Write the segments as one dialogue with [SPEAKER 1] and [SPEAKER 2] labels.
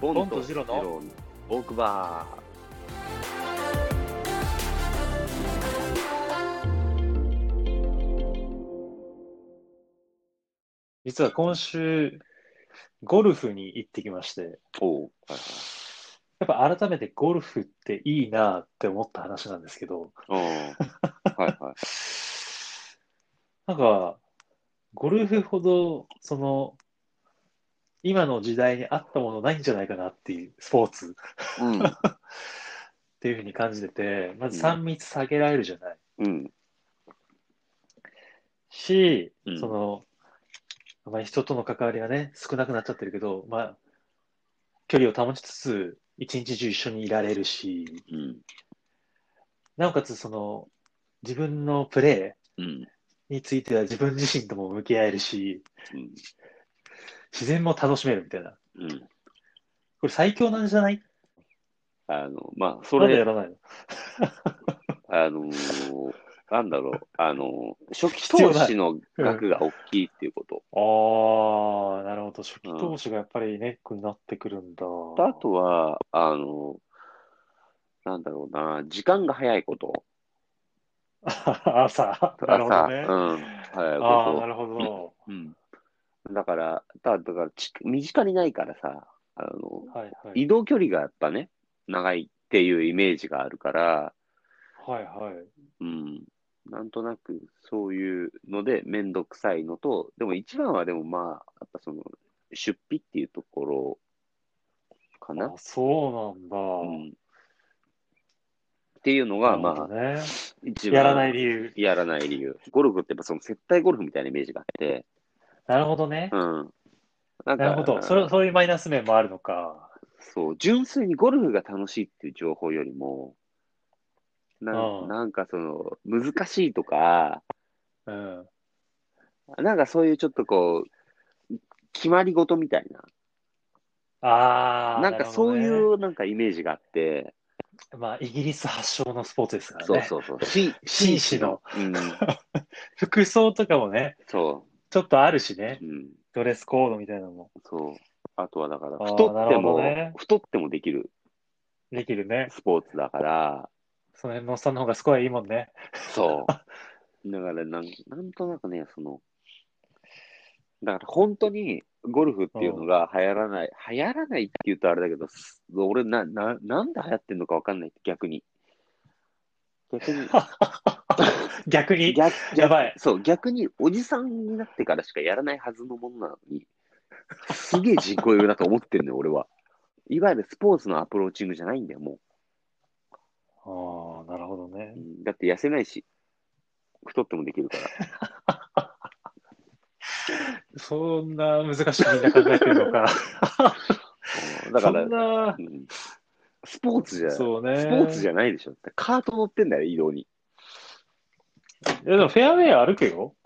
[SPEAKER 1] ボ
[SPEAKER 2] ボンとジロの
[SPEAKER 1] ボークバ
[SPEAKER 2] 実は今週、ゴルフに行ってきまして、
[SPEAKER 1] ー。おうはい
[SPEAKER 2] やっぱ改めてゴルフっていいなって思った話なんですけど、
[SPEAKER 1] はい。おーはいはい。
[SPEAKER 2] なんか、ゴルフほど、その、今の時代に合ったものないんじゃないかなっていうスポーツっ
[SPEAKER 1] うん。
[SPEAKER 2] ていうふうに感じてて、まず
[SPEAKER 1] う
[SPEAKER 2] 3密下げられるじゃない。
[SPEAKER 1] うん。
[SPEAKER 2] し、
[SPEAKER 1] うん
[SPEAKER 2] その、まあ、人との関わりがね、少なくなっちゃってるけど、まあ、距離を保ちつつ、一日中一緒にいられるし、
[SPEAKER 1] うん。
[SPEAKER 2] なおかつその、自分のプレ
[SPEAKER 1] うん。
[SPEAKER 2] ーについては自分自身とも向き合えるし、
[SPEAKER 1] うん。
[SPEAKER 2] 自然も楽しめるみたいな。
[SPEAKER 1] うん。
[SPEAKER 2] これ最強なんじゃない
[SPEAKER 1] あの、まあ、そ
[SPEAKER 2] それでや
[SPEAKER 1] れ、
[SPEAKER 2] らないの
[SPEAKER 1] あのーなんだろう、あのー初期
[SPEAKER 2] 必要
[SPEAKER 1] 投
[SPEAKER 2] ない
[SPEAKER 1] 資の額が大きいっていうこと。
[SPEAKER 2] ああ、なるほど。初期
[SPEAKER 1] うん
[SPEAKER 2] 投資がやっぱりネックになってくるんだ。
[SPEAKER 1] あとは、あの、なんだろうな、時間が早いこと。
[SPEAKER 2] 朝。なるほど
[SPEAKER 1] 朝、
[SPEAKER 2] ね。
[SPEAKER 1] うん、早い
[SPEAKER 2] ああ、
[SPEAKER 1] こ
[SPEAKER 2] なるほど。
[SPEAKER 1] と。うん、だから、だだからち、身近にないからさ、あの、
[SPEAKER 2] はいはい。
[SPEAKER 1] 移動距離がやっぱね、長いっていうイメージがあるから、
[SPEAKER 2] はいはい。
[SPEAKER 1] うん、なんとなくそういうので、めんどくさいのと、でも一番はでもまあ、やっぱその、出費っていうところかな
[SPEAKER 2] あ。そうなんだ。
[SPEAKER 1] うん、っていうのが、
[SPEAKER 2] なる
[SPEAKER 1] ま
[SPEAKER 2] ほ
[SPEAKER 1] あ
[SPEAKER 2] ど、ね、
[SPEAKER 1] 一番
[SPEAKER 2] やらない理由。
[SPEAKER 1] やらない理由。ゴルフってやっぱその接待ゴルフみたいなイメージがあって、
[SPEAKER 2] なるほどね
[SPEAKER 1] う。ん。なんか
[SPEAKER 2] なるほど。それそういうマイナス面もあるのか。
[SPEAKER 1] そう、純粋にゴルフが楽しいっていう情報よりも、な
[SPEAKER 2] うん
[SPEAKER 1] んなんかその、難しいとか、
[SPEAKER 2] うん。
[SPEAKER 1] なんかそういうちょっとこう、決まり事みたい
[SPEAKER 2] あ
[SPEAKER 1] な、
[SPEAKER 2] あ、
[SPEAKER 1] なんかそうい
[SPEAKER 2] なるほ
[SPEAKER 1] うなんかイメージがあって、
[SPEAKER 2] どね。まあ、イギリス発祥のスポーツですから
[SPEAKER 1] そう
[SPEAKER 2] ね。
[SPEAKER 1] そうそう、し
[SPEAKER 2] 紳士の。
[SPEAKER 1] うん、
[SPEAKER 2] 服装とかもね、
[SPEAKER 1] そ
[SPEAKER 2] ちょっとあるしね
[SPEAKER 1] う、。うん、
[SPEAKER 2] ドレスコードみたいなのも
[SPEAKER 1] そう。あとはだから、
[SPEAKER 2] あー
[SPEAKER 1] 太っ
[SPEAKER 2] な
[SPEAKER 1] て
[SPEAKER 2] るほ
[SPEAKER 1] も、
[SPEAKER 2] どね
[SPEAKER 1] 太ってもできる
[SPEAKER 2] できるね。
[SPEAKER 1] スポーツだから、
[SPEAKER 2] その辺のおっさんの方がスコアいいもんね。
[SPEAKER 1] そう。だからなん、なんとなくね、その、だから本当にゴルフっていうのが流行らない、流行らないって言うとあれだけど、す俺な、な、なんで流行ってんのかわかんない、逆に。逆に、
[SPEAKER 2] 逆に。
[SPEAKER 1] 逆、
[SPEAKER 2] やばい。
[SPEAKER 1] そう、逆におじさんになってからしかやらないはずのものなのに、すげえ人工用だと思ってんのよ、俺は。いわゆるスポーツのアプローチングじゃないんだよ、も
[SPEAKER 2] ああ、なるほどね
[SPEAKER 1] う。う。んだって痩せないし、太ってもできるから。
[SPEAKER 2] そんな難しくみんな考えてる のか。
[SPEAKER 1] うんだから
[SPEAKER 2] そん、な
[SPEAKER 1] う、んスポーツじゃ、
[SPEAKER 2] そうね。
[SPEAKER 1] スポーツじゃないでしょ。カート乗ってんだよ、移動に。
[SPEAKER 2] いや、でもフェアウェイ歩くよ。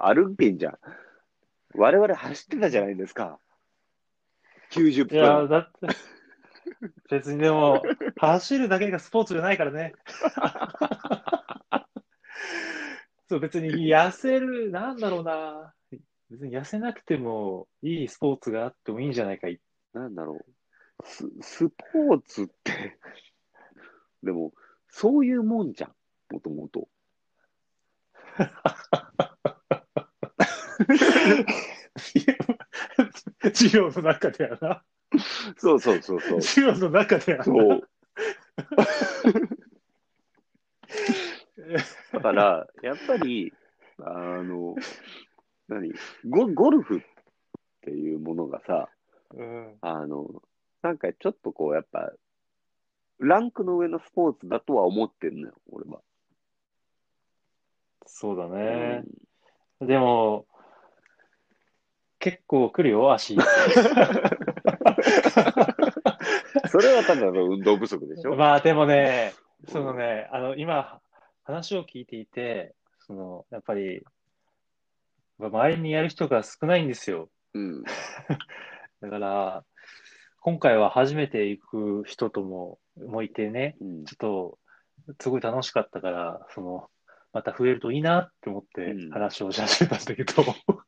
[SPEAKER 1] 歩いてんじゃん。我々走ってたじゃないですか。90
[SPEAKER 2] いや、
[SPEAKER 1] 分。
[SPEAKER 2] だって、別にで も、走るだけがスポーツじゃないから ね。そう、別に痩せる、なんだろうな。別に痩せなくてもいいスポーツがあってもいいんじゃないかい。
[SPEAKER 1] なんだろう。ススポーツって、でも、そういうもんじゃん。もともと。
[SPEAKER 2] 授業の中ではな。
[SPEAKER 1] そうそうそうそう。
[SPEAKER 2] 授業の中ではな。
[SPEAKER 1] そう。 だから、やっぱり、あの、何ゴゴルフっていうものがさ、
[SPEAKER 2] うん。
[SPEAKER 1] あの、なんかちょっとこう、やっぱ、ランクの上のスポーツだとは思ってんのよ、俺は。
[SPEAKER 2] そうだね。でも、結構来るよ、 足。
[SPEAKER 1] うんそれはただの運動不足でしょ、
[SPEAKER 2] まあでもね、 そのね、あの今、話を聞いていて、そのやっぱり、周りにやる人が少ないんですよ。
[SPEAKER 1] うん、
[SPEAKER 2] だから、今回は初めて行く人とも、もいてね、
[SPEAKER 1] うん。
[SPEAKER 2] ちょっと、すごい楽しかったから、その、また増えるといいなって思って
[SPEAKER 1] うん
[SPEAKER 2] 話をし始めたんだけど、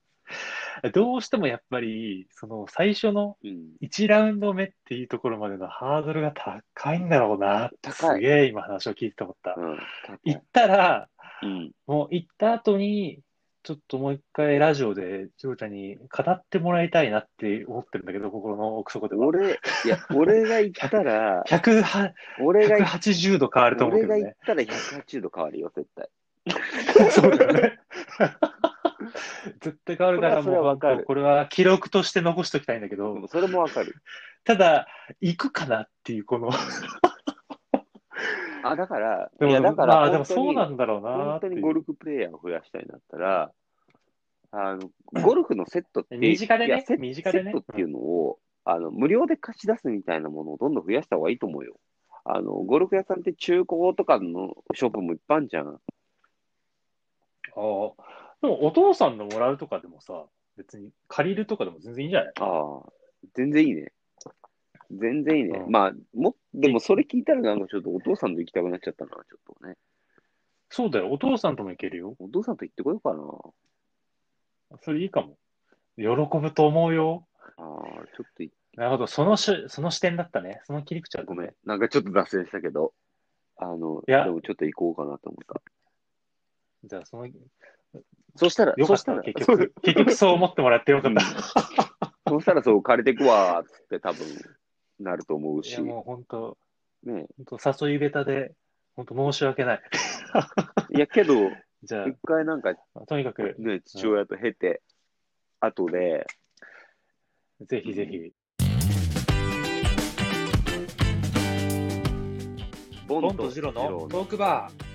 [SPEAKER 2] どうしてもやっぱり、その最初の
[SPEAKER 1] うん。
[SPEAKER 2] 1ラウンド目っていうところまでのハードルが高いんだろうなってす
[SPEAKER 1] 高い
[SPEAKER 2] げえ今話を聞いてて思った。
[SPEAKER 1] うん。
[SPEAKER 2] 行ったら、
[SPEAKER 1] うん。
[SPEAKER 2] もう行った後に、ちょっともう一回ラジオで、ジョーちゃんに語ってもらいたいなって思ってるんだけど、心の奥底では。、
[SPEAKER 1] 俺、いや、俺が行ったら
[SPEAKER 2] 100は
[SPEAKER 1] 俺が行っ
[SPEAKER 2] 180度変わると思うけ
[SPEAKER 1] 俺
[SPEAKER 2] ど
[SPEAKER 1] が行
[SPEAKER 2] ね
[SPEAKER 1] っ。たら180度変わるよ、絶対。
[SPEAKER 2] そうだよね。 絶対変わるから、
[SPEAKER 1] それはそれは
[SPEAKER 2] もう
[SPEAKER 1] わかる
[SPEAKER 2] これは記録として残しておきたいんだけど、
[SPEAKER 1] でもそれもわかる。
[SPEAKER 2] ただ、行くかなっていう、この、
[SPEAKER 1] あ、だから、
[SPEAKER 2] で
[SPEAKER 1] い
[SPEAKER 2] も、
[SPEAKER 1] や、だか
[SPEAKER 2] ま
[SPEAKER 1] ら
[SPEAKER 2] あ、でも
[SPEAKER 1] 本当
[SPEAKER 2] そう
[SPEAKER 1] に、
[SPEAKER 2] なんだろうな
[SPEAKER 1] 本
[SPEAKER 2] って
[SPEAKER 1] 当
[SPEAKER 2] いう
[SPEAKER 1] にゴルフプレイヤーを増やしたいんだったら、あの、ゴルフのセットって、
[SPEAKER 2] 身近でね
[SPEAKER 1] いやセッ
[SPEAKER 2] 身近でね
[SPEAKER 1] セットっていうのを、あの、無料で貸し出すみたいなものをどんどん増やした方がいいと思うよ。あの、ゴルフ屋さんって中古とかのショップもいっぱいあるじゃん。
[SPEAKER 2] ああでも、お父さんのもらうとかでもさ、別に借りるとかでも全然いいんじゃない
[SPEAKER 1] ああ、全然いいね。全然いいね。
[SPEAKER 2] うん
[SPEAKER 1] まあ、も、でもそれ聞いたらなんかちょっとお父さんと行きたくなっちゃったな、ちょっとね。
[SPEAKER 2] そうだよ、お父さんとも行けるよ。
[SPEAKER 1] お父さんと行ってこようかな。
[SPEAKER 2] それいいかも。喜ぶと思うよ。
[SPEAKER 1] ああ、ちょっとい
[SPEAKER 2] なるほど、そのしその視点だったね。その切り口は
[SPEAKER 1] ごめん。なんかちょっと脱線したけど、あの、
[SPEAKER 2] いや
[SPEAKER 1] でもちょっと行こうかなと思った。
[SPEAKER 2] じゃあ、その、よ
[SPEAKER 1] そしたら、
[SPEAKER 2] か
[SPEAKER 1] そ
[SPEAKER 2] っ
[SPEAKER 1] した
[SPEAKER 2] た
[SPEAKER 1] ら、
[SPEAKER 2] 結局、結局そう思ってもらってよかった。
[SPEAKER 1] そしたらそう、借りてくわーっつって多分、なると思う
[SPEAKER 2] い
[SPEAKER 1] し、
[SPEAKER 2] や、
[SPEAKER 1] ね
[SPEAKER 2] もう本当、本当誘い下手で、本当申し訳ない。
[SPEAKER 1] いや、けど、
[SPEAKER 2] じゃ
[SPEAKER 1] 一回なんか
[SPEAKER 2] あ、とにかく、
[SPEAKER 1] ね、父親と経て、後で、
[SPEAKER 2] ぜひぜひ。
[SPEAKER 1] ボ
[SPEAKER 2] ボンとジロのトークバー。